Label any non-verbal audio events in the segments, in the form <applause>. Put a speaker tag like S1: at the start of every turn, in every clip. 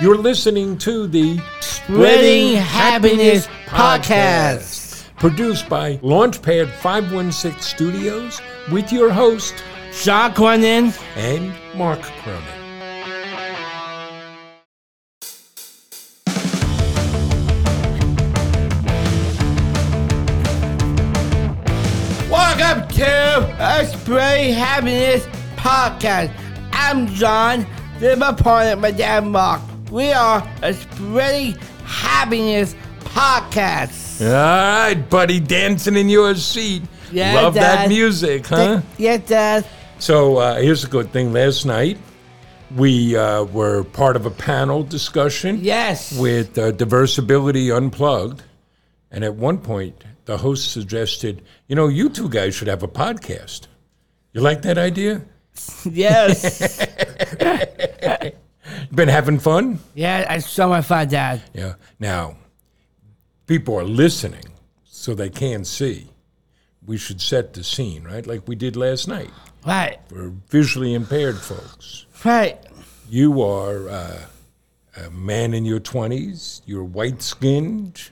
S1: You're listening to the
S2: Spreading Happiness Podcast.
S1: produced by Launchpad 516 Studios with your host
S2: Shaw Cronin.
S1: and Mark Cronin.
S2: Welcome to a Spray Happiness Podcast. I'm John, this is my partner, my dad Mark. We are a Spreading Happiness Podcast.
S1: All right, buddy, dancing in your seat.
S2: Yeah,
S1: Love that
S2: Dad.
S1: music, huh?
S2: Yes, Dad.
S1: So uh, here's a good thing. Last night, we uh, were part of a panel discussion
S2: Yes.
S1: with uh, Diversibility Unplugged. And at one point, the host suggested, you know, you two guys should have a podcast. You like that idea?
S2: <laughs> yes.
S1: Been having fun?
S2: yeah, I so much fun, Dad.
S1: Yeah. Now, people are listening, so they can see. We should set the scene, right? Like we did last night
S2: Right.
S1: for visually impaired folks.
S2: Right.
S1: you are uh, a man in your 20s, you're white skinned,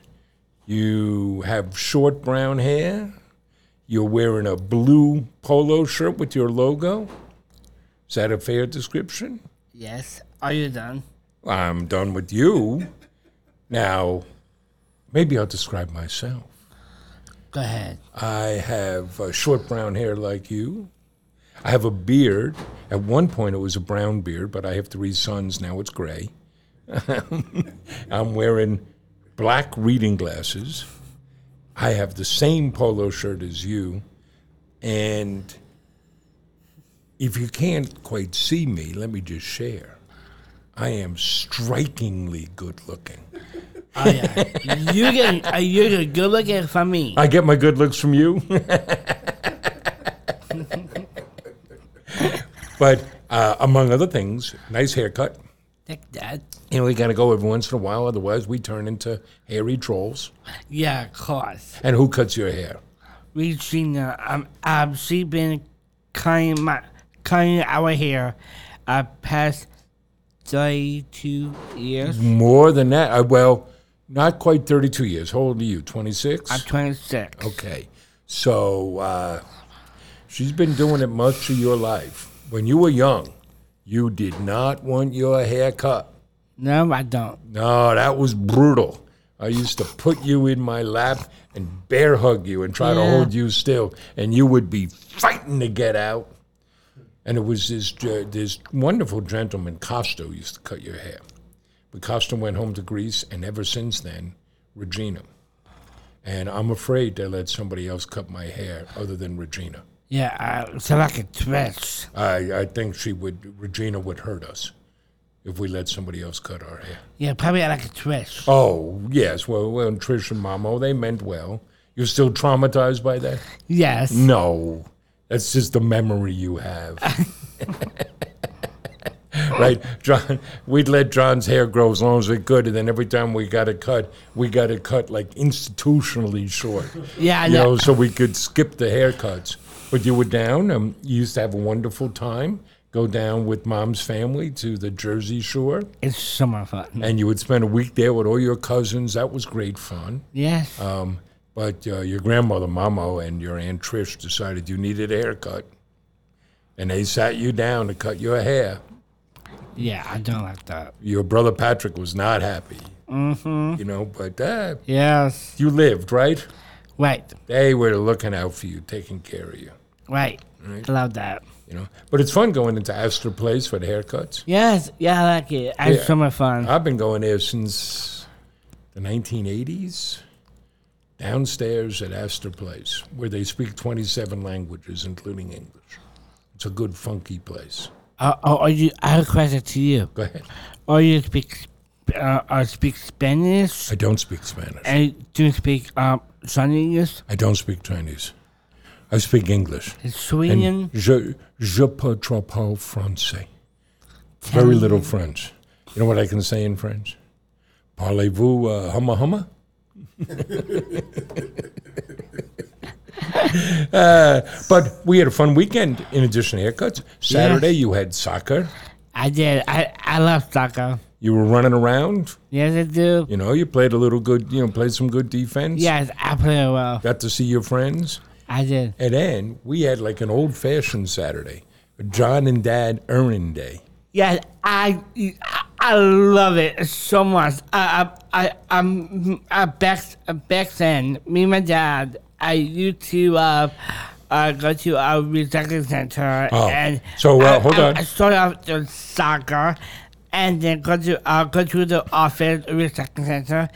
S1: you have short brown hair, you're wearing a blue polo shirt with your logo. Is that a fair description?
S2: Yes. Are you done?
S1: I'm done with you. Now, maybe I'll describe myself.
S2: Go ahead.
S1: I have uh, short brown hair like you. I have a beard. At one point, it was a brown beard, but I have three sons. Now it's gray. <laughs> I'm wearing black reading glasses. I have the same polo shirt as you. And if you can't quite see me, let me just share. I am strikingly good looking.
S2: Oh, <laughs> yeah. you get, uh, you get good looking for me.
S1: I get my good looks from you. <laughs> but uh, among other things, nice haircut.
S2: Take that.
S1: You know, we got to go every once in a while, otherwise, we turn into hairy trolls.
S2: Yeah, of course.
S1: And who cuts your hair?
S2: reaching uh, um, um, she been cutting my cutting our hair uh past thirty two
S1: Mm-hmm.
S2: years.
S1: More than that. Uh, well, not quite 32 years. How old are you? 26?
S2: I'm twenty six.
S1: Okay. So uh, she's been doing it much of your life. When you were young, you did not want your hair cut.
S2: No, I don't.
S1: No, that was brutal. I used to put you in my lap and bear hug you and try to
S2: Yeah.
S1: hold you still, and you would be fighting to get out. And it was this ge- this wonderful gentleman Costo used to cut your hair. But Costo went home to Greece, and ever since then, Regina. And I'm afraid they let somebody else cut my hair other than Regina.
S2: Yeah, uh, so like a twitch.
S1: I, I think she would Regina would hurt us if we let somebody else cut our hair.
S2: Yeah, probably like a twitch.
S1: Oh, yes. Well, well Trish and Mamo, they meant well. You're still traumatized by that?
S2: Yes.
S1: Mm. No. That's just the memory you have. <laughs> right, John, we'd let John's hair grow as long as we could, and then every time we got it cut, we got it cut like institutionally short.
S2: Yeah, I
S1: You
S2: know.
S1: know, so we could skip the haircuts. But you were down, um, you used to have a wonderful time, go down with mom's family to the Jersey Shore
S2: It's so much fun.
S1: and you would spend a week there with all your cousins. That was great fun.
S2: Yes.
S1: Um, but uh, your grandmother, Mamo, and your aunt Trish decided you needed a haircut, and they sat you down to cut your hair.
S2: yeah, I don't like that.
S1: Your brother Patrick was not happy. Mm-hmm. You know, but uh,
S2: Yes.
S1: you lived, right?
S2: Right.
S1: They were looking out for you, taking care of you.
S2: Right. I love that.
S1: You know, but it's fun going into Astor Place for the haircuts.
S2: Yes. Yeah, I like it. It's
S1: Yeah. Uh.
S2: so much fun.
S1: I've been going there since the 1980s. Downstairs at Astor Place, where they speak 27 languages, including English. It's a good, funky place.
S2: Uh, oh, are you? I have a question to you.
S1: Go ahead.
S2: Or Oh, you speak sp- uh, or speak Spanish
S1: I don't speak Spanish.
S2: and do you speak um Chinese,
S1: I don't speak Chinese. I speak English.
S2: Sweden,
S1: And je, je peux trop parler français. Very little French. You know what I can say in French? Parlez-vous uh, humma <laughs> humma? uh, but we had a fun weekend in addition to haircuts. Saturday, you had soccer.
S2: I did. I, I love soccer.
S1: You were running around.
S2: Yes, I do.
S1: You know, you played a little good. You know, played some good defense.
S2: Yes, I play well.
S1: Got to see your friends.
S2: I did.
S1: And then we had like an old fashioned Saturday, a John and Dad earning day.
S2: Yes, I I- I love it so much. I I I I'm uh, I back back then. Me and my dad. I used to uh, uh go to a recycling center
S1: Oh,
S2: and
S1: so, uh,
S2: I-
S1: hold
S2: I-
S1: on.
S2: I started off the soccer, and then go to uh, go to the office recycling center,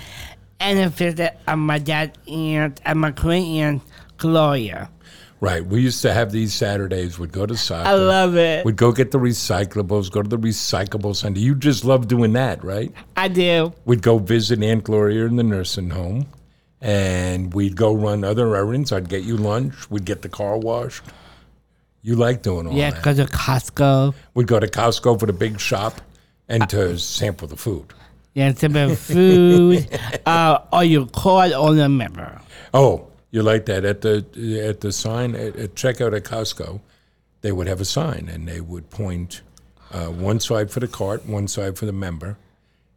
S2: and then visit uh, my dad aunt and my queen aunt Gloria.
S1: Right. We used to have these Saturdays. We'd go to soccer.
S2: I love it.
S1: We'd go get the recyclables, go to the recyclable center. You just love doing that, right?
S2: I do.
S1: We'd go visit Aunt Gloria in the nursing home, and we'd go run other errands. I'd get you lunch. We'd get the car washed. You like doing all
S2: Yeah,
S1: that.
S2: go to Costco.
S1: We'd go to Costco for the big shop and to sample the food.
S2: Yeah, it's about food. uh, or you call on a member.
S1: Oh, you like that at the at the sign at, at checkout at Costco, they would have a sign and they would point uh, one side for the cart, one side for the member,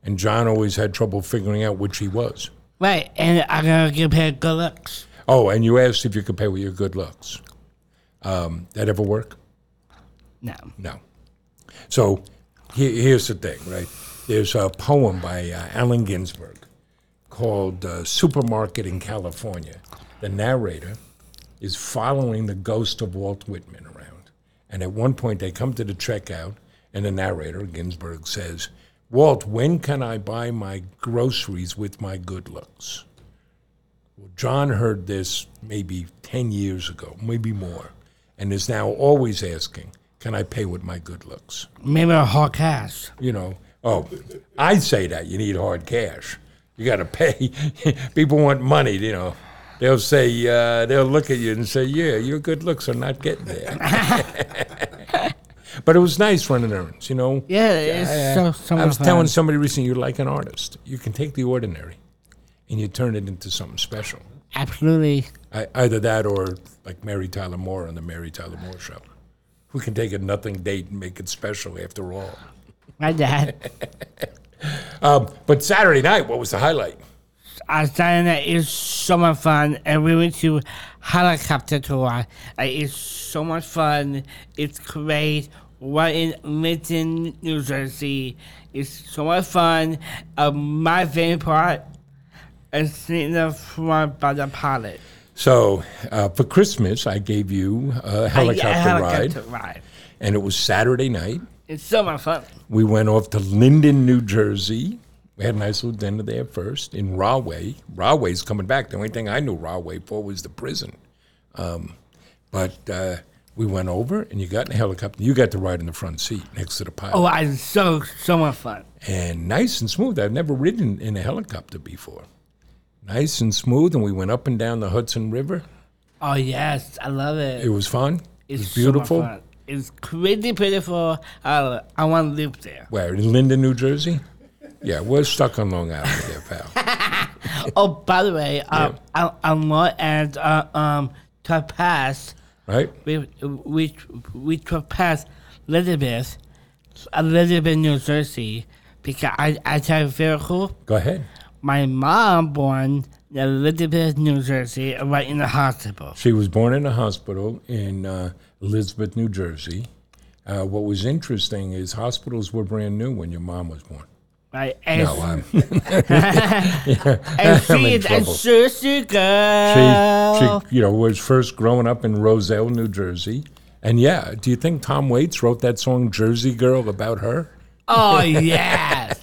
S1: and John always had trouble figuring out which he was.
S2: Right, and I'm gonna give her good looks.
S1: Oh, and you asked if you could pay with your good looks. Um, that ever work?
S2: No.
S1: No. So he, here's the thing, right? There's a poem by uh, Allen Ginsberg called uh, Supermarket in California. The narrator is following the ghost of Walt Whitman around. And at one point, they come to the checkout, and the narrator, Ginsberg, says, Walt, when can I buy my groceries with my good looks? Well, John heard this maybe 10 years ago, maybe more, and is now always asking, Can I pay with my good looks?
S2: Maybe a hot cash.
S1: You know, oh, I say that. You need hard cash. You got to <laughs> pay. People want money, you know. They'll say, uh, they'll look at you and say, Yeah, your good looks are not getting there. <laughs> but it was nice running errands, you know.
S2: Yeah, it's
S1: I,
S2: so
S1: uh,
S2: so
S1: I
S2: much
S1: was
S2: fun.
S1: telling somebody recently, you're like an artist. You can take the ordinary and you turn it into something special.
S2: Absolutely.
S1: I, either that or like Mary Tyler Moore on the Mary Tyler Moore show, who can take a nothing date and make it special after all.
S2: My dad.
S1: Um, but Saturday night, what was the highlight?
S2: I saying that it's so much fun, and we went to helicopter tour. Uh, It's so much fun. It's great. We're in Linton, New Jersey. It's so much fun. Uh, my favorite part is sitting in the front by the pilot.
S1: So uh, for Christmas, I gave you a helicopter,
S2: yeah,
S1: ride,
S2: helicopter ride.
S1: and it was Saturday night.
S2: It's so much fun.
S1: We went off to Linden, New Jersey. We had a nice little dinner there first in Rahway. Rahway's coming back. The only thing I knew Rahway for was the prison. Um, but uh, we went over, and you got in a helicopter. You got to ride in the front seat next to the pilot.
S2: Oh, it's so so much fun.
S1: and nice and smooth. I've never ridden in a helicopter before. Nice and smooth, and we went up and down the Hudson River.
S2: Oh yes, I love it.
S1: It was fun. It
S2: it's
S1: was
S2: so much
S1: beautiful.
S2: fun. It's crazy beautiful. I I want to live there.
S1: Where in Linden, New Jersey? Yeah, we're stuck on Long Island there, pal.
S2: Oh, by the way, um, I, I'm not as uh, um trespass.
S1: Right?
S2: We we we trespass Elizabeth, Elizabeth, New Jersey, because I I tell you very cool.
S1: Go ahead.
S2: My mom born in Elizabeth, New Jersey, right in the hospital.
S1: She was born in a hospital in uh, Elizabeth, New Jersey. Uh, what was interesting is hospitals were brand new when your mom was born.
S2: Right, and,
S1: No, <laughs> I'm,
S2: and
S1: <laughs> I'm in
S2: she is a
S1: trouble.
S2: Jersey girl.
S1: she, she, you know, was first growing up in Roselle, New Jersey. And yeah, do you think Tom Waits wrote that song Jersey Girl about her? <laughs>
S2: Oh yes,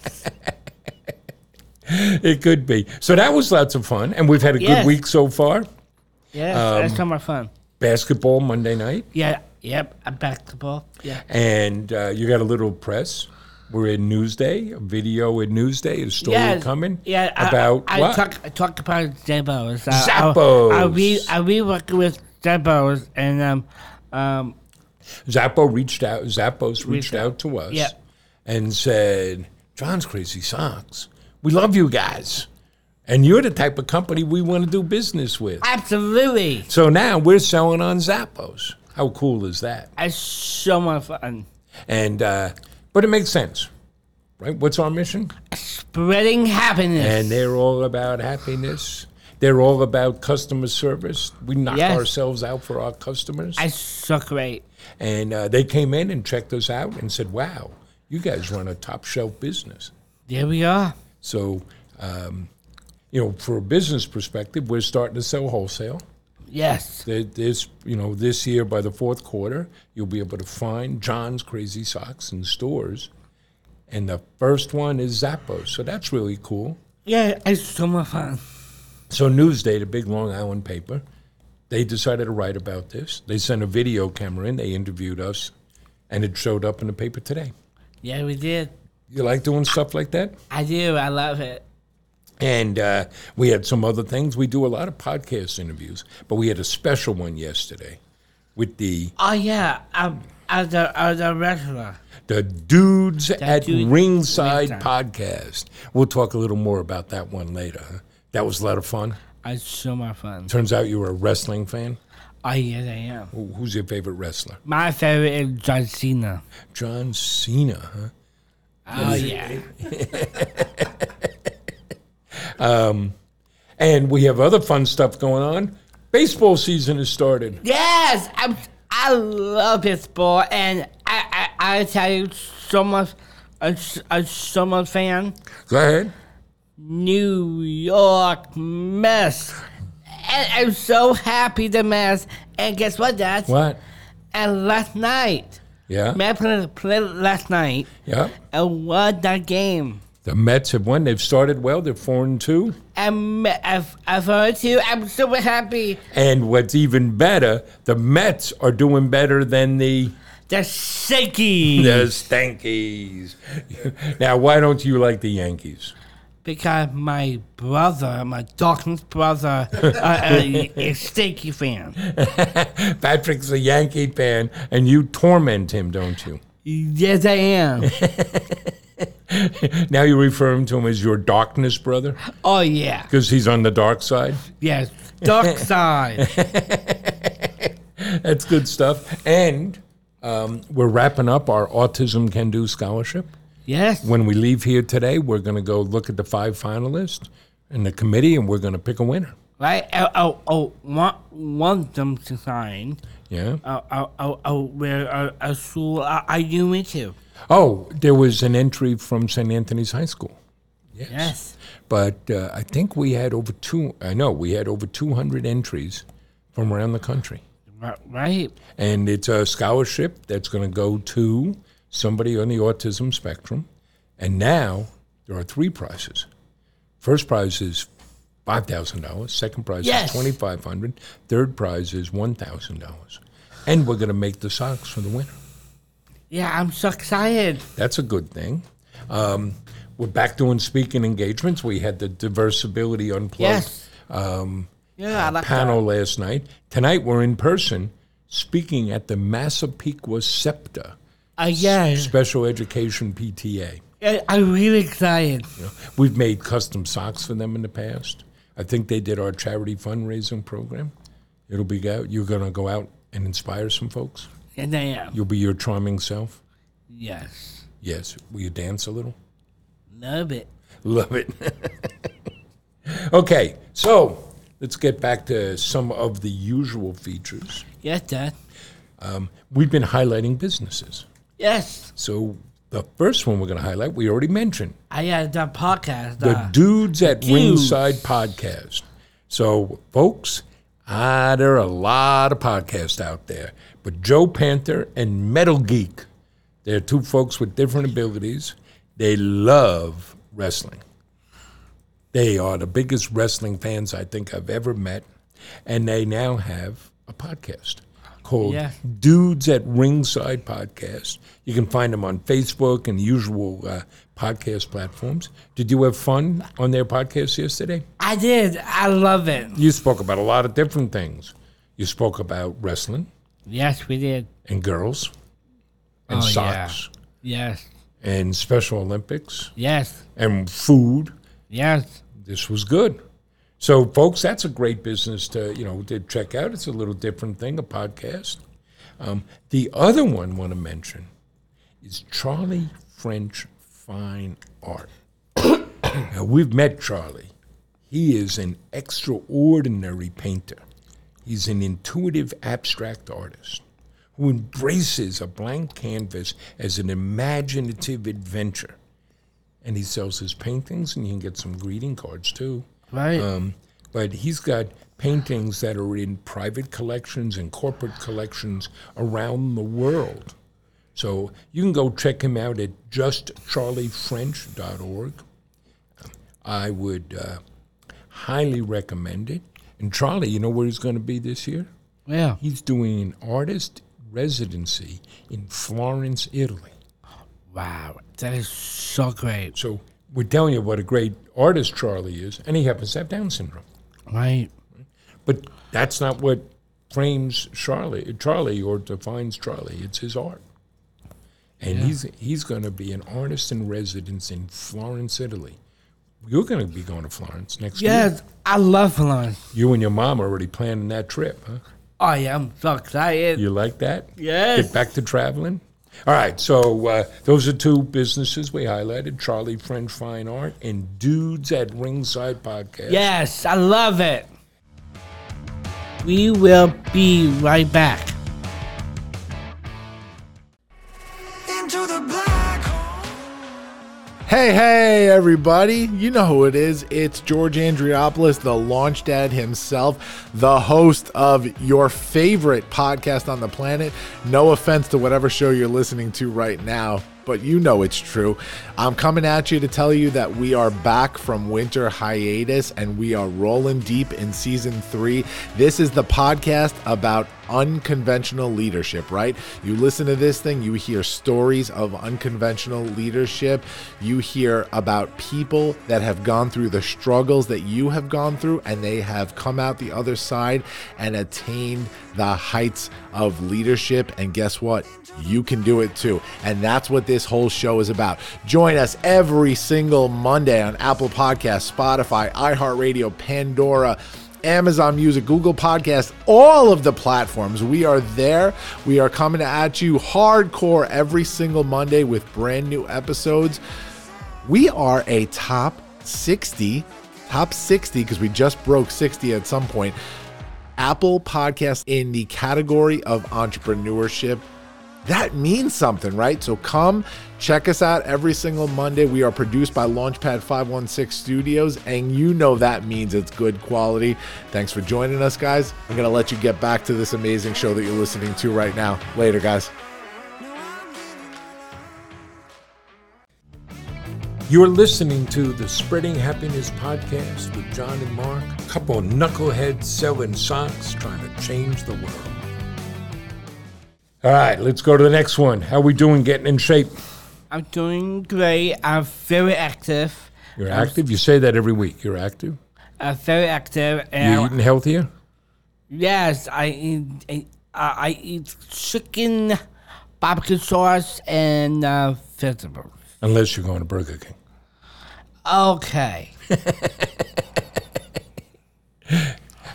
S2: <laughs>
S1: It could be. So that was lots of fun, and we've had a
S2: Yes.
S1: good week so far.
S2: yes,
S1: Um,
S2: that's so much fun.
S1: Basketball Monday night,
S2: Yeah, yep, a basketball. Yeah.
S1: and uh, you got a little press. We're in Newsday, a video in Newsday, a story
S2: Yes,
S1: coming.
S2: Yeah, I-
S1: about
S2: I,
S1: what?
S2: talk I talk about Zappos. Uh,
S1: Zappos.
S2: Are we are we working with Zappos and um um
S1: Zappo reached out. Zappos reached
S2: out.
S1: out to us
S2: Yeah.
S1: and said, "John's Crazy Socks, we love you guys, and you're the type of company we want to do business with."
S2: absolutely
S1: So now we're selling on Zappos. How cool is that?
S2: it's so much fun.
S1: And uh, But it makes sense, right? What's our mission?
S2: Spreading happiness.
S1: And they're all about happiness. They're all about customer service. We knock
S2: Yes.
S1: ourselves out for our customers.
S2: I so great.
S1: and uh, they came in and checked us out and said, wow, you guys run a top shelf business.
S2: There we are.
S1: So, um, you know, for a business perspective, we're starting to sell wholesale.
S2: Yes.
S1: Th- This, you know, this year by the fourth quarter, you'll be able to find John's Crazy Socks in stores. And the first one is Zappos. So that's really cool.
S2: Yeah, it's so much fun.
S1: So Newsday, the big Long Island paper, they decided to write about this. They sent a video camera in. They interviewed us, and it showed up in the paper today.
S2: Yeah, we did.
S1: You like doing stuff like that?
S2: I do. I love it.
S1: And uh, we had some other things. We do a lot of podcast interviews, but we had a special one yesterday with the
S2: Oh yeah, I'm as a as a wrestler.
S1: the dudes at
S2: Dude-
S1: Ringside
S2: Ringside.
S1: podcast. We'll talk a little more about that one later. Huh? That was a lot of fun.
S2: It's so much fun.
S1: Turns out you were a wrestling fan.
S2: Oh yes, I am.
S1: Who- Who's your favorite wrestler?
S2: My favorite is John Cena.
S1: John Cena, huh?
S2: Oh yeah.
S1: And we have other fun stuff going on. Baseball season has started.
S2: Yes, I'm. I love this sport, and I I, I tell you, so much. I'm s- I'm so much fan.
S1: Go ahead.
S2: New York Mets. And I'm so happy the Mets. And guess what, Dad?
S1: What?
S2: And last night,
S1: Yeah.
S2: Mets played, played last night
S1: Yeah.
S2: and won that game.
S1: The Mets have won. They've started well. They're four and two.
S2: And Me- I've, I've heard you. I'm super happy.
S1: And what's even better, the Mets are doing better than the
S2: The shaky.
S1: the Stankies. now, why don't you like the Yankees? <laughs>
S2: Because my brother, my Dawkins brother, uh,
S1: <laughs>
S2: uh, is Stinky fan.
S1: Patrick's a Yankee fan, and you torment him, don't you? <laughs>
S2: Yes, I am.
S1: Now you're referring to him as your darkness brother
S2: Oh, yeah.
S1: because he's on the dark side.
S2: Yes. Dark side.
S1: <laughs> That's good stuff. And um, we're wrapping up our Autism Can Do scholarship.
S2: Yes.
S1: When we leave here today, we're going to go look at the five finalists and the committee, and we're going to pick a winner.
S2: right? Oh, I, I, I want, want them to sign. uh,
S1: Yeah.
S2: I, I, I, I, where uh, uh, school are, are you into?
S1: Oh, there was an entry from St. Anthony's High School. Yes.
S2: Yes.
S1: But uh, I think we had over two, I know, we had over 200 entries from around the country.
S2: Ri- Right?
S1: And it's a scholarship that's going to go to somebody on the autism spectrum. And now there are three prizes. First prize is $5,000. Second prize
S2: Yes.
S1: is $2,500. Third prize is $1,000. And we're going to make the socks for the winner.
S2: Yeah, I'm so excited.
S1: That's a good thing. Um, we're back doing speaking engagements. We had the Diversibility Unplugged
S2: Yes. Yeah, I like
S1: um, uh, panel last night. Tonight we're in person speaking at the Massapequa SEPTA,
S2: that. Uh, yeah.
S1: Special Education PTA.
S2: yeah, I'm really excited.
S1: We've made custom socks for them in the past. I think they did our charity fundraising program. It'll be out. You're going to go out and inspire some folks.
S2: And I am.
S1: You'll be your charming self.
S2: Yes.
S1: Yes. Will you dance a little? <laughs>
S2: Love it.
S1: Love it. <laughs> okay, so let's get back to some of the usual features.
S2: Yes, Dad.
S1: We've been highlighting businesses.
S2: Yes.
S1: So the first one we're going to highlight, we already mentioned
S2: I had the podcast.
S1: the
S2: uh,
S1: Dudes at
S2: Dudes.
S1: Ringside podcast. So, folks, ah, there are a lot of podcasts out there, but Joe Panther and Metal Geek, they're two folks with different abilities. They love wrestling. They are the biggest wrestling fans I think I've ever met, and they now have a podcast called
S2: Yeah.
S1: Dudes at Ringside Podcast. You can find them on Facebook and the usual uh, podcast platforms. Did you have fun on their podcast yesterday?
S2: I did. I love it.
S1: You spoke about a lot of different things. You spoke about wrestling
S2: Yes, we did.
S1: and girls and
S2: Oh, yeah.
S1: socks
S2: Yes.
S1: and Special Olympics
S2: Yes.
S1: and food.
S2: Yes.
S1: this was good. So, folks, that's a great business to you know to check out. It's a little different thing, a podcast. Um, the other one I want to mention is Charlie French Fine Art. <coughs> now, we've met Charlie. He is an extraordinary painter. He's an intuitive abstract artist who embraces a blank canvas as an imaginative adventure. And he sells his paintings, and you can get some greeting cards too.
S2: Right.
S1: Um, but he's got paintings that are in private collections and corporate collections around the world. So you can go check him out at justcharliefrench.org. I would uh, highly recommend it. And Charlie, you know where he's going to be this year?
S2: yeah.
S1: He's doing an artist residency in Florence, Italy.
S2: Wow. That is so great.
S1: So we're telling you what a great artist Charlie is, and he happens to have Down syndrome.
S2: Right.
S1: But that's not what frames Charlie, Charlie or defines Charlie. It's his art, and he's he's going to be an artist in residence in Florence, Italy. You're going to be going to Florence next year.
S2: Yes, I love Florence.
S1: You and your mom are already planning that trip, huh?
S2: I am so excited.
S1: You like that?
S2: Yes.
S1: Get back to traveling. All right, so uh, those are two businesses we highlighted: Charlie French Fine Art and Dudes at Ringside Podcast.
S2: Yes, I love it. We will be right back.
S3: into the black hole.
S4: Hey, hey, everybody. You know who it is. It's George Andriopoulos, the launch dad himself, the host of your favorite podcast on the planet. No offense to whatever show you're listening to right now, but you know it's true. I'm coming at you to tell you that we are back from winter hiatus and we are rolling deep in season three. This is the podcast about unconventional leadership, right? You listen to this thing, you hear stories of unconventional leadership. You hear about people that have gone through the struggles that you have gone through, and they have come out the other side and attained the heights of leadership. And guess what? You can do it too. And that's what this whole show is about. Join us every single Monday on Apple Podcasts, Spotify, iHeartRadio, Pandora. Amazon Music, Google Podcast, all of the platforms. We are there. We are coming at you hardcore every single Monday with brand new episodes. We are a top 60, top 60, because we just broke 60 at some point. Apple Podcast in the category of entrepreneurship. That means something, right? So come check us out every single Monday. We are produced by Launchpad 516 Studios, and you know that means it's good quality. Thanks for joining us, guys. I'm going to let you get back to this amazing show that you're listening to right now. Later, guys.
S1: You're listening to the Spreading Happiness podcast with John and Mark, a couple of knuckleheads selling socks trying to change the world. All right, let's go to the next one. How we doing getting in shape?
S2: I'm doing great. I'm very active.
S1: You're active? You say that every week. You're active?
S2: I'm very active.
S1: You're
S2: And
S1: eating healthier?
S2: yes, I eat. I, I eat chicken, barbecue sauce, and uh, vegetables.
S1: Unless you're going to Burger King.
S2: Okay.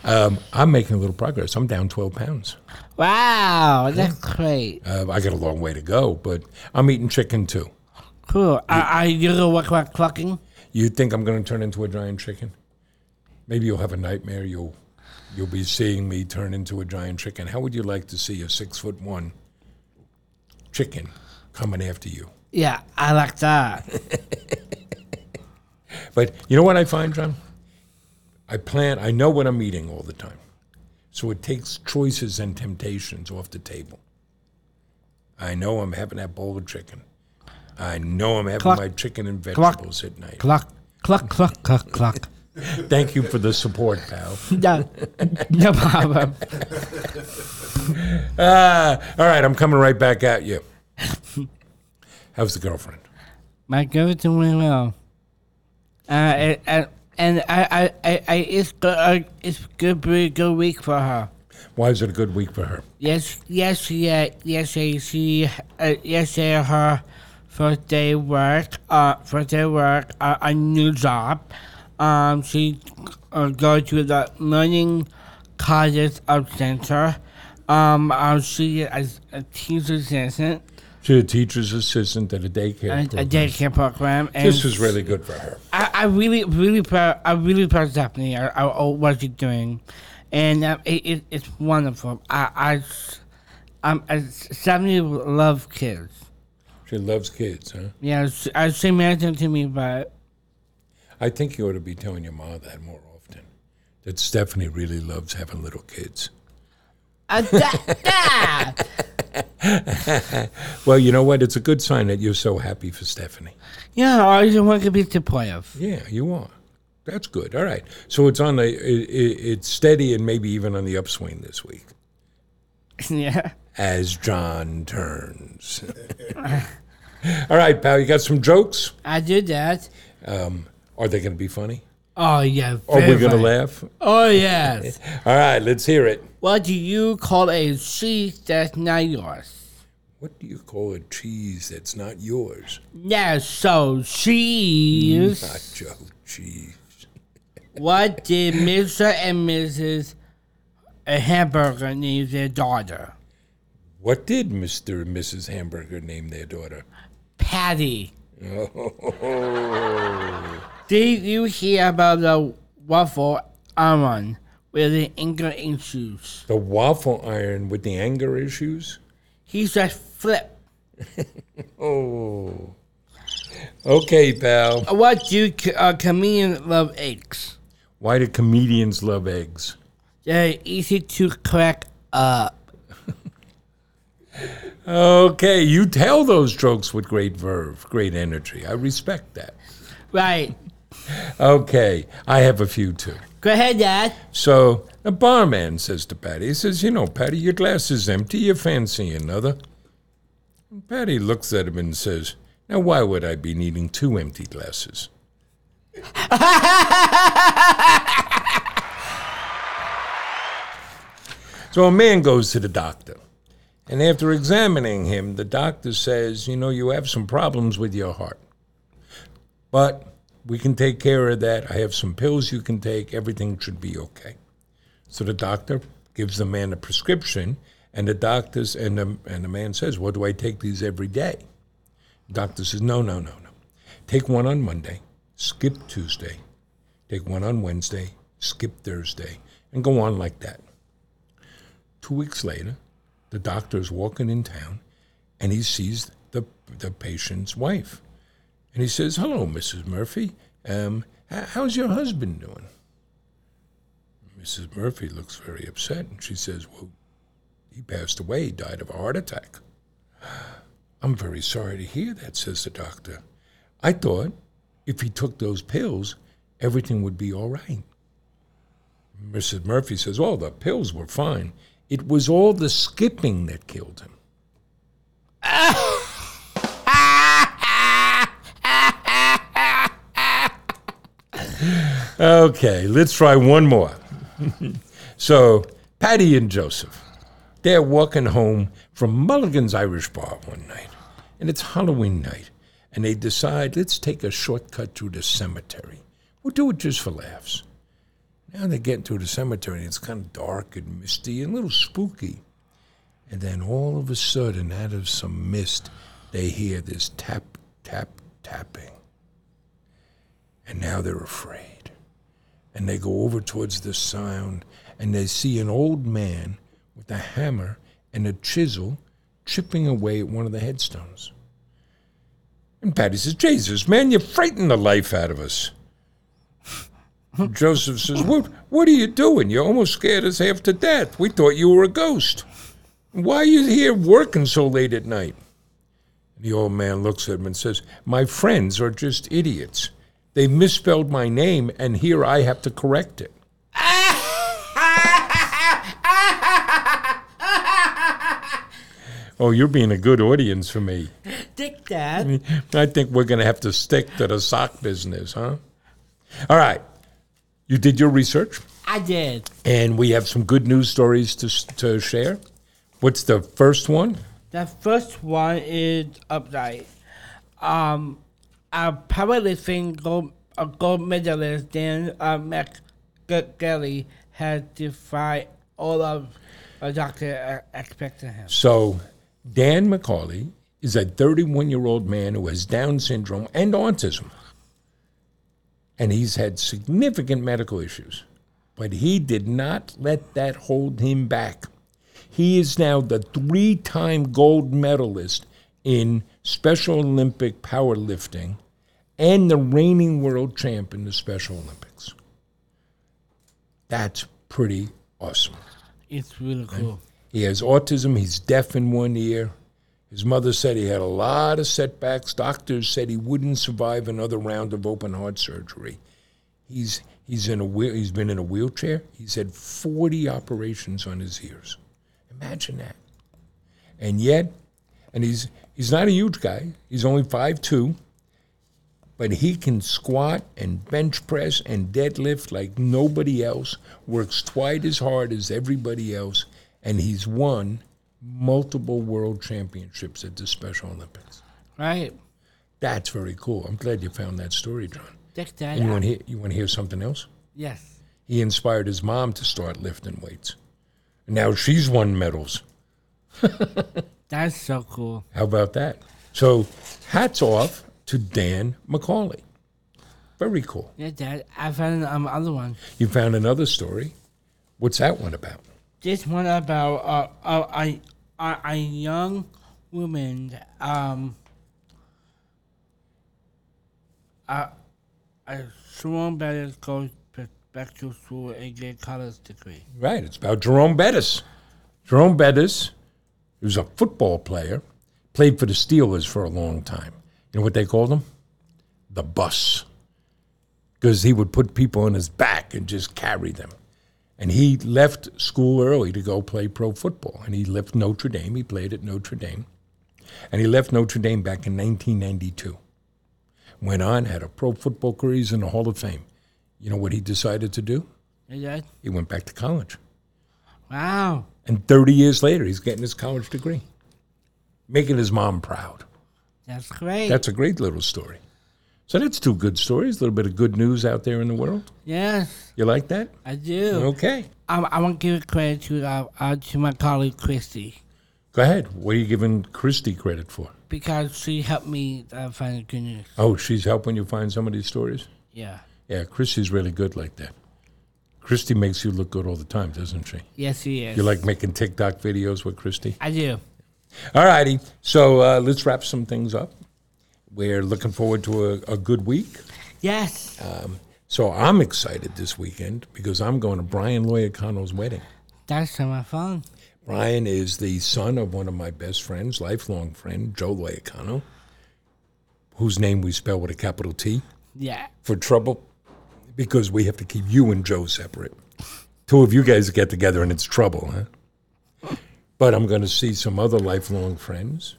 S1: I'm making a little progress. I'm down 12 pounds.
S2: Wow, that's great.
S1: Uh, I got a long way to go, but I'm eating chicken too.
S2: Cool. Are, are you gonna work on clocking?
S1: You think I'm going to turn into a giant chicken? Maybe you'll have a nightmare. You'll you'll be seeing me turn into a giant chicken. How would you like to see a six foot one chicken coming after you?
S2: Yeah, I like that.
S1: But you know what I find, John? I plan. I know what I'm eating all the time, so it takes choices and temptations off the table. I know I'm having that bowl of chicken. I know I'm having
S2: Cluck.
S1: my chicken and
S2: Cluck.
S1: vegetables at night.
S2: Clock, clock, clock, clock, clock.
S1: Thank you for the support, pal.
S2: <laughs> No, no problem.
S1: Ah, all right, I'm coming right back at you. <laughs> How's the girlfriend?
S2: My girlfriend went well. Uh, and, and- and I, I, I, I it's good. Uh, it's good, pretty good week for her.
S1: Why is it a good week for her?
S2: Yes, yes, she, uh, yes, uh, she, uh, yes, uh, her first day work, uh, first day work, uh, a new job. Um, she uh, go to the learning colleges of center. Um, uh, she is a teacher's assistant.
S1: She's a teacher's assistant at a daycare.
S2: I, I
S1: program.
S2: did camp program. And
S1: This was really good for her.
S2: I, I really, really proud. I'm really proud of Stephanie. I, I, I- what she's doing, and uh, it, it, it's wonderful. I, I, s- um, I, Stephanie love kids.
S1: She loves kids, huh?
S2: Yeah, she, I, she mentioned to me, but
S1: I think you ought to be telling your ma that more often. That Stephanie really loves having little kids.
S2: uh, that, <laughs> that.
S1: Well, you know what? It's a good sign that you're so happy for Stephanie.
S2: yeah, I always want to be supportive. <laughs>
S1: Yeah, you are. That's good. All right. So it's on the. It, it, it's steady and maybe even on the upswing this week
S2: yeah.
S1: as John turns. <laughs> All right, pal. You got some jokes.
S2: I do that.
S1: Um, are they going to be funny?
S2: Oh yeah.
S1: Are we
S2: very
S1: going to
S2: funny.
S1: laugh?
S2: Oh yes.
S1: All right. Let's hear it.
S2: what do you call a sheet that's not yours?
S1: What do you call a cheese that's not yours?
S2: Yeah, so she's.
S1: Nacho cheese.
S2: What did Mr. and Mrs. Hamburger name their daughter?
S1: What did Mr. and Mrs. Hamburger name their daughter?
S2: Patty. Did you hear about the waffle iron with the anger issues?
S1: The waffle iron with the anger issues?
S2: He just flipped.
S1: Oh. Okay, pal.
S2: What do co- uh, comedians love eggs?
S1: Why do comedians love eggs?
S2: They're easy to crack up.
S1: Okay, you tell those jokes with great verve, great energy. I respect that.
S2: Right.
S1: Okay, I have a few too.
S2: Go ahead, Dad.
S1: So the barman says to Patty, he says, You know, Patty, your glass is empty. You fancy another? And Patty looks at him and says, Now, why would I be needing two empty glasses? so a man goes to the doctor. And after examining him, the doctor says, You know, you have some problems with your heart. But we can take care of that. I have some pills you can take. Everything should be okay. So the doctor gives the man a prescription, and the doctors and the, and the man says, "Well, do I take these every day?" doctor says, "No, no, no, no. Take one on Monday, skip Tuesday, take one on Wednesday, skip Thursday, and go on like that." Two weeks later, the doctor is walking in town, and he sees the the patient's wife. And he says, Hello, Mrs. Murphy. Um, h- how's your husband doing? Mrs. Murphy looks very upset and she says, Well, he passed away. He died of a heart attack. <sighs> I'm very sorry to hear that, says the doctor. I thought if he took those pills, everything would be all right. Mrs. Murphy says, Oh, the pills were fine. It was all the skipping that killed him. Okay, let's try one more. <laughs> so, Patty and Joseph, they're walking home from Mulligan's Irish Bar one night, and it's Halloween night, and they decide, let's take a shortcut through the cemetery. We'll do it just for laughs. Now they get into the cemetery, and it's kind of dark and misty and a little spooky. And then all of a sudden, out of some mist, they hear this tap, tap, tapping. And now they're afraid and they go over towards the sound and they see an old man with a hammer and a chisel chipping away at one of the headstones. And Patty says, Jesus, man, you frighten the life out of us. <laughs> And Joseph says, what, what are you doing? You almost scared us half to death. We thought you were a ghost. Why are you here working so late at night? The old man looks at him and says, My friends are just idiots. They misspelled my name, and here I have to correct it. oh, you're being a good audience for me.
S2: Dick, Dad.
S1: I think we're going to have to stick to the sock business, huh? All right. You did your research,
S2: I did.
S1: and we have some good news stories to, s- to share. What's the first one?
S2: The first one is upright. Um, a powerlifting gold, a gold medalist, Dan uh, McGarry, has defied all of a doctor uh, expecting him.
S1: So, Dan McCauley is a 31 year old man who has Down syndrome and autism. And he's had significant medical issues. But he did not let that hold him back. He is now the three time gold medalist in Special Olympic powerlifting and the reigning world champ in the Special Olympics. That's pretty awesome.
S2: It's really cool.
S1: He has autism. He's deaf in one ear. His mother said he had a lot of setbacks. Doctors said he wouldn't survive another round of open heart surgery. He's he's in a wheel, he's been in a wheelchair. He's had 40 operations on his ears. Imagine that. And yet, and he's he's not a huge guy. He's only 5'2", but he can squat and bench press and deadlift like nobody else. Works twice as hard as everybody else, and he's won multiple world championships at the Special Olympics.
S2: Right.
S1: That's very cool. I'm glad you found that story, John.
S2: Check that
S1: And you
S2: out.
S1: want to hear, you want to hear something else?
S2: Yes.
S1: He inspired his mom to start lifting weights. Now she's won medals.
S2: That's so cool.
S1: How about that? So, hats off to Dan McCauley. Very cool.
S2: Yeah, Dad. I found um, other one.
S1: You found another story. What's that one about?
S2: This one about uh, uh, a, a, a young woman. Um, a, a strong better goes b- back to school and get college degree.
S1: Right, it's about Jerome Bettis. Jerome Bettis, he was a football player, played for the Steelers for a long time. You know what they called him? The bus. Because he would put people on his back and just carry them. And he left school early to go play pro football. And he left Notre Dame. He played at Notre Dame. And he left Notre Dame back in 1992. Went on, had a pro football career. He's in the Hall of Fame. You know what he decided to do?
S2: Hey, Dad.
S1: He went back to college.
S2: Wow.
S1: And 30 years later, he's getting his college degree, making his mom proud.
S2: That's great.
S1: That's a great little story. So that's two good stories, a little bit of good news out there in the world.
S2: yes,
S1: You like that?
S2: I do.
S1: Okay.
S2: Um, I want to give credit to uh, uh, to my colleague Christy
S1: Go ahead. What are you giving Christy credit for?
S2: because she helped me uh, find the good news.
S1: Oh, she's helping you find some of these stories?
S2: Yeah.
S1: Yeah, Christy's really good like that. Christy makes you look good all the time, doesn't she?
S2: Yes, she is.
S1: You like making TikTok videos with Christy?
S2: I do.
S1: All righty. So uh, let's wrap some things up. We're looking forward to a, a good week.
S2: Yes.
S1: Uh. So I'm excited this weekend because I'm going to Brian Loyacano's wedding.
S2: That's on my phone.
S1: Brian is the son of one of my best friends, lifelong friend, Joe Loyacano, whose name we spell with a capital T
S2: Yeah.
S1: for trouble because we have to keep you and Joe separate. Two of you guys get together and it's trouble, huh? But I'm going to see some other lifelong friends.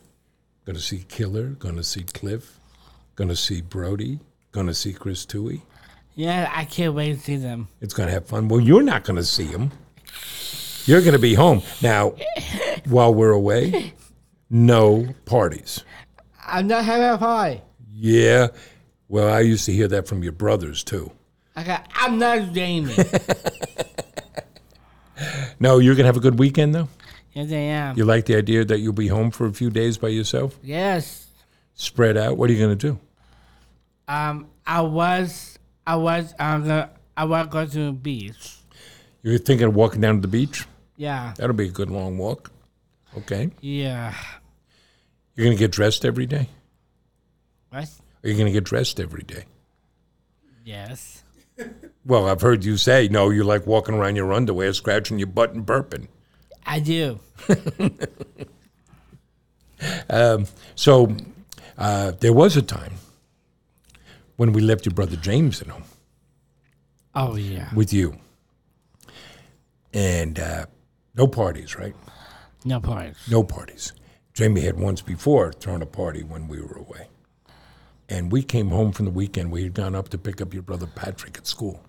S1: Going to see Killer, going to see Cliff, going to see Brody, going to see Chris Tui.
S2: Yeah, I can't wait to see them.
S1: It's going to have fun. Well, you're not going to see him. You're going to be home. Now, while we're away, no parties.
S2: I'm not having a party.
S1: Yeah. Well, I used to hear that from your brothers, too.
S2: Okay, I'm not <laughs> Jamie.
S1: No, you're going to have a good weekend, though?
S2: yes, I am.
S1: You like the idea that you'll be home for a few days by yourself?
S2: Yes.
S1: Spread out? What are you going to do?
S2: Um, I was, I was, um, the, I was going to the beach.
S1: You're thinking of walking down to the beach?
S2: Yeah.
S1: That'll be a good long walk. Okay.
S2: Yeah.
S1: You're going to get dressed every day?
S2: What?
S1: Are you going to get dressed every day?
S2: Yes.
S1: Well, I've heard you say, no, you like walking around your underwear, scratching your butt, and burping.
S2: I do.
S1: So uh, there was a time when we left your brother James at home
S2: Oh yeah.
S1: with you, and uh, no parties, right?
S2: No points.
S1: No parties. Jamie had once before thrown a party when we were away, and we came home from the weekend. We had gone up to pick up your brother Patrick at school,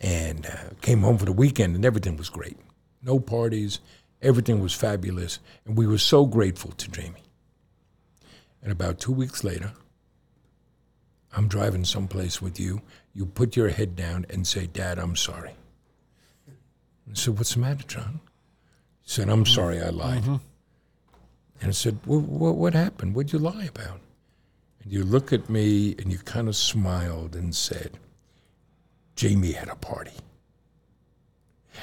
S1: and uh, came home for the weekend, and everything was great. No parties, everything was fabulous, and we were so grateful to Jamie. And about two weeks later, I'm driving someplace with you. You put your head down and say, Dad, I'm sorry. I said, What's the matter, John? He said, I'm sorry I lied. And I said, well, what, what happened? What'd you lie about? And you look at me and you kind of smiled and said, Jamie had a party.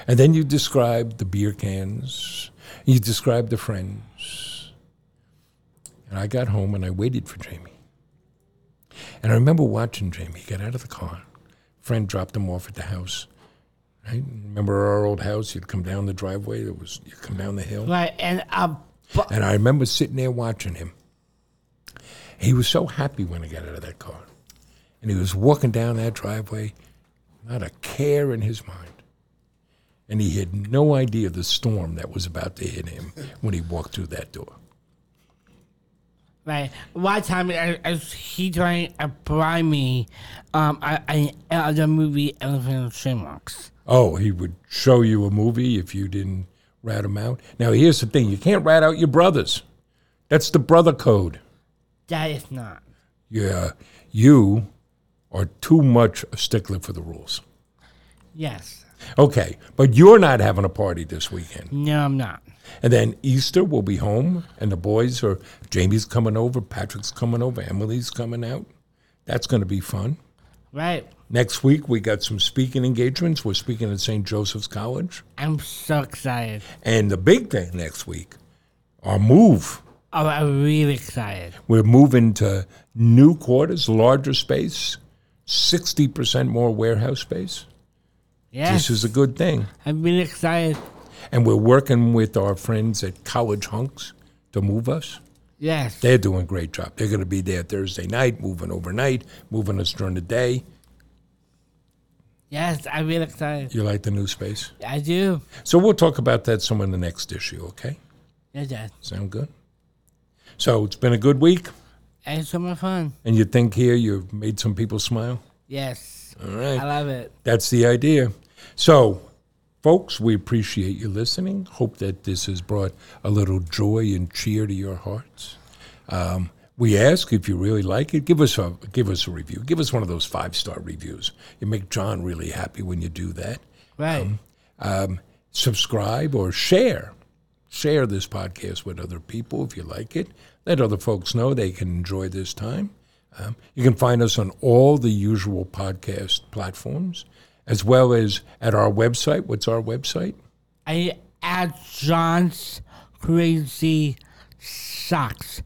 S1: And then you described the beer cans, you described the friends. And I got home and I waited for Jamie. And I remember watching Jamie get out of the car. Friend dropped him off at the house. Right? Remember our old house? You'd come down the driveway. There was you come down the hill.
S2: Right, and a bu-
S1: And I remember sitting there watching him. He was so happy when he got out of that car. And he was walking down that driveway, not a care in his mind. And he had no idea the storm that was about to hit him when he walked through that door.
S2: Right. One time, I, I was, he trying to bribe me um, I, I, uh, the movie Elephant and Chipmunks.
S1: Oh, he would show you a movie if you didn't rat him out. Now, here's the thing you can't rat out your brothers. That's the brother code.
S2: That is not.
S1: Yeah, you are too much a stickler for the rules.
S2: Yes.
S1: Okay, but you're not having a party this weekend.
S2: No, I'm not.
S1: And then Easter will be home, and the boys are Jamie's coming over, Patrick's coming over, Emily's coming out. That's going to be fun.
S2: Right.
S1: Next week, we got some speaking engagements. We're speaking at St. Joseph's College.
S2: I'm so excited.
S1: And the big thing next week, our move.
S2: Oh, I'm really excited.
S1: We're moving to new quarters, larger space, 60% more warehouse space.
S2: Yes.
S1: This is a good thing.
S2: I'm really excited.
S1: And we're working with our friends at College Hunks to move us.
S2: Yes.
S1: They're doing a great job. They're going to be there Thursday night, moving overnight, moving us during the day.
S2: yes, I'm really excited.
S1: You like the new space?
S2: I do.
S1: So we'll talk about that some in the next issue, okay?
S2: Yes, yes.
S1: Sound good? So it's been a good week,
S2: It's so much fun.
S1: and you think here you've made some people smile?
S2: Yes.
S1: All
S2: I
S1: right.
S2: love it.
S1: That's the idea. So, folks, we appreciate you listening. Hope that this has brought a little joy and cheer to your hearts. Um, we ask if you really like it, give us a give us a review. Give us one of those five star reviews. You make John really happy when you do that.
S2: Right.
S1: Um, Subscribe or share. Share this podcast with other people if you like it. Let other folks know they can enjoy this time. Um, you can find us on all the usual podcast platforms, as well as at our website. What's our website?
S2: I at John's Crazy Socks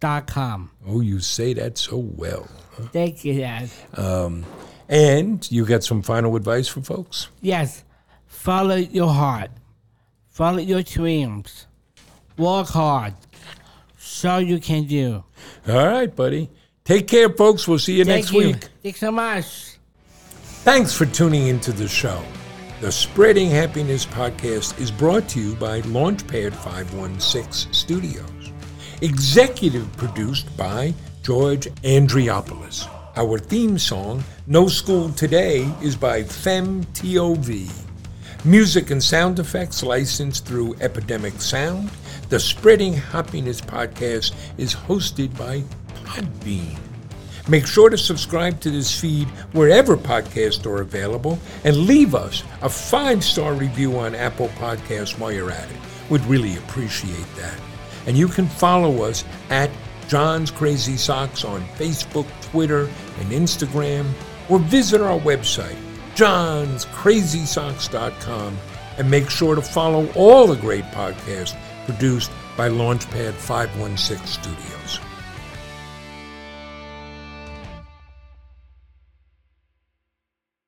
S2: dot com.
S1: Oh, you say that so well.
S2: Thank you, Dad.
S1: And you got some final advice for folks?
S2: Yes, follow your heart, follow your dreams, work hard, so you can do.
S1: All right, buddy. Take care, folks. We'll see you
S2: Thank
S1: next
S2: you.
S1: week.
S2: Thanks so much.
S1: Thanks for tuning into the show. The Spreading Happiness podcast is brought to you by Launchpad 516 Studios, executive produced by George Andriopoulos. Our theme song, No School Today, is by FemTOV. Music and sound effects licensed through Epidemic Sound. The Spreading Happiness podcast is hosted by Podbean. Make sure to subscribe to this feed wherever podcasts are available and leave us a five star review on Apple Podcasts while you're at it. We'd really appreciate that. And you can follow us at John's Crazy Socks on Facebook, Twitter, and Instagram, or visit our website, johnscrazysocks.com, and make sure to follow all the great podcasts produced by Launchpad 516 Studios.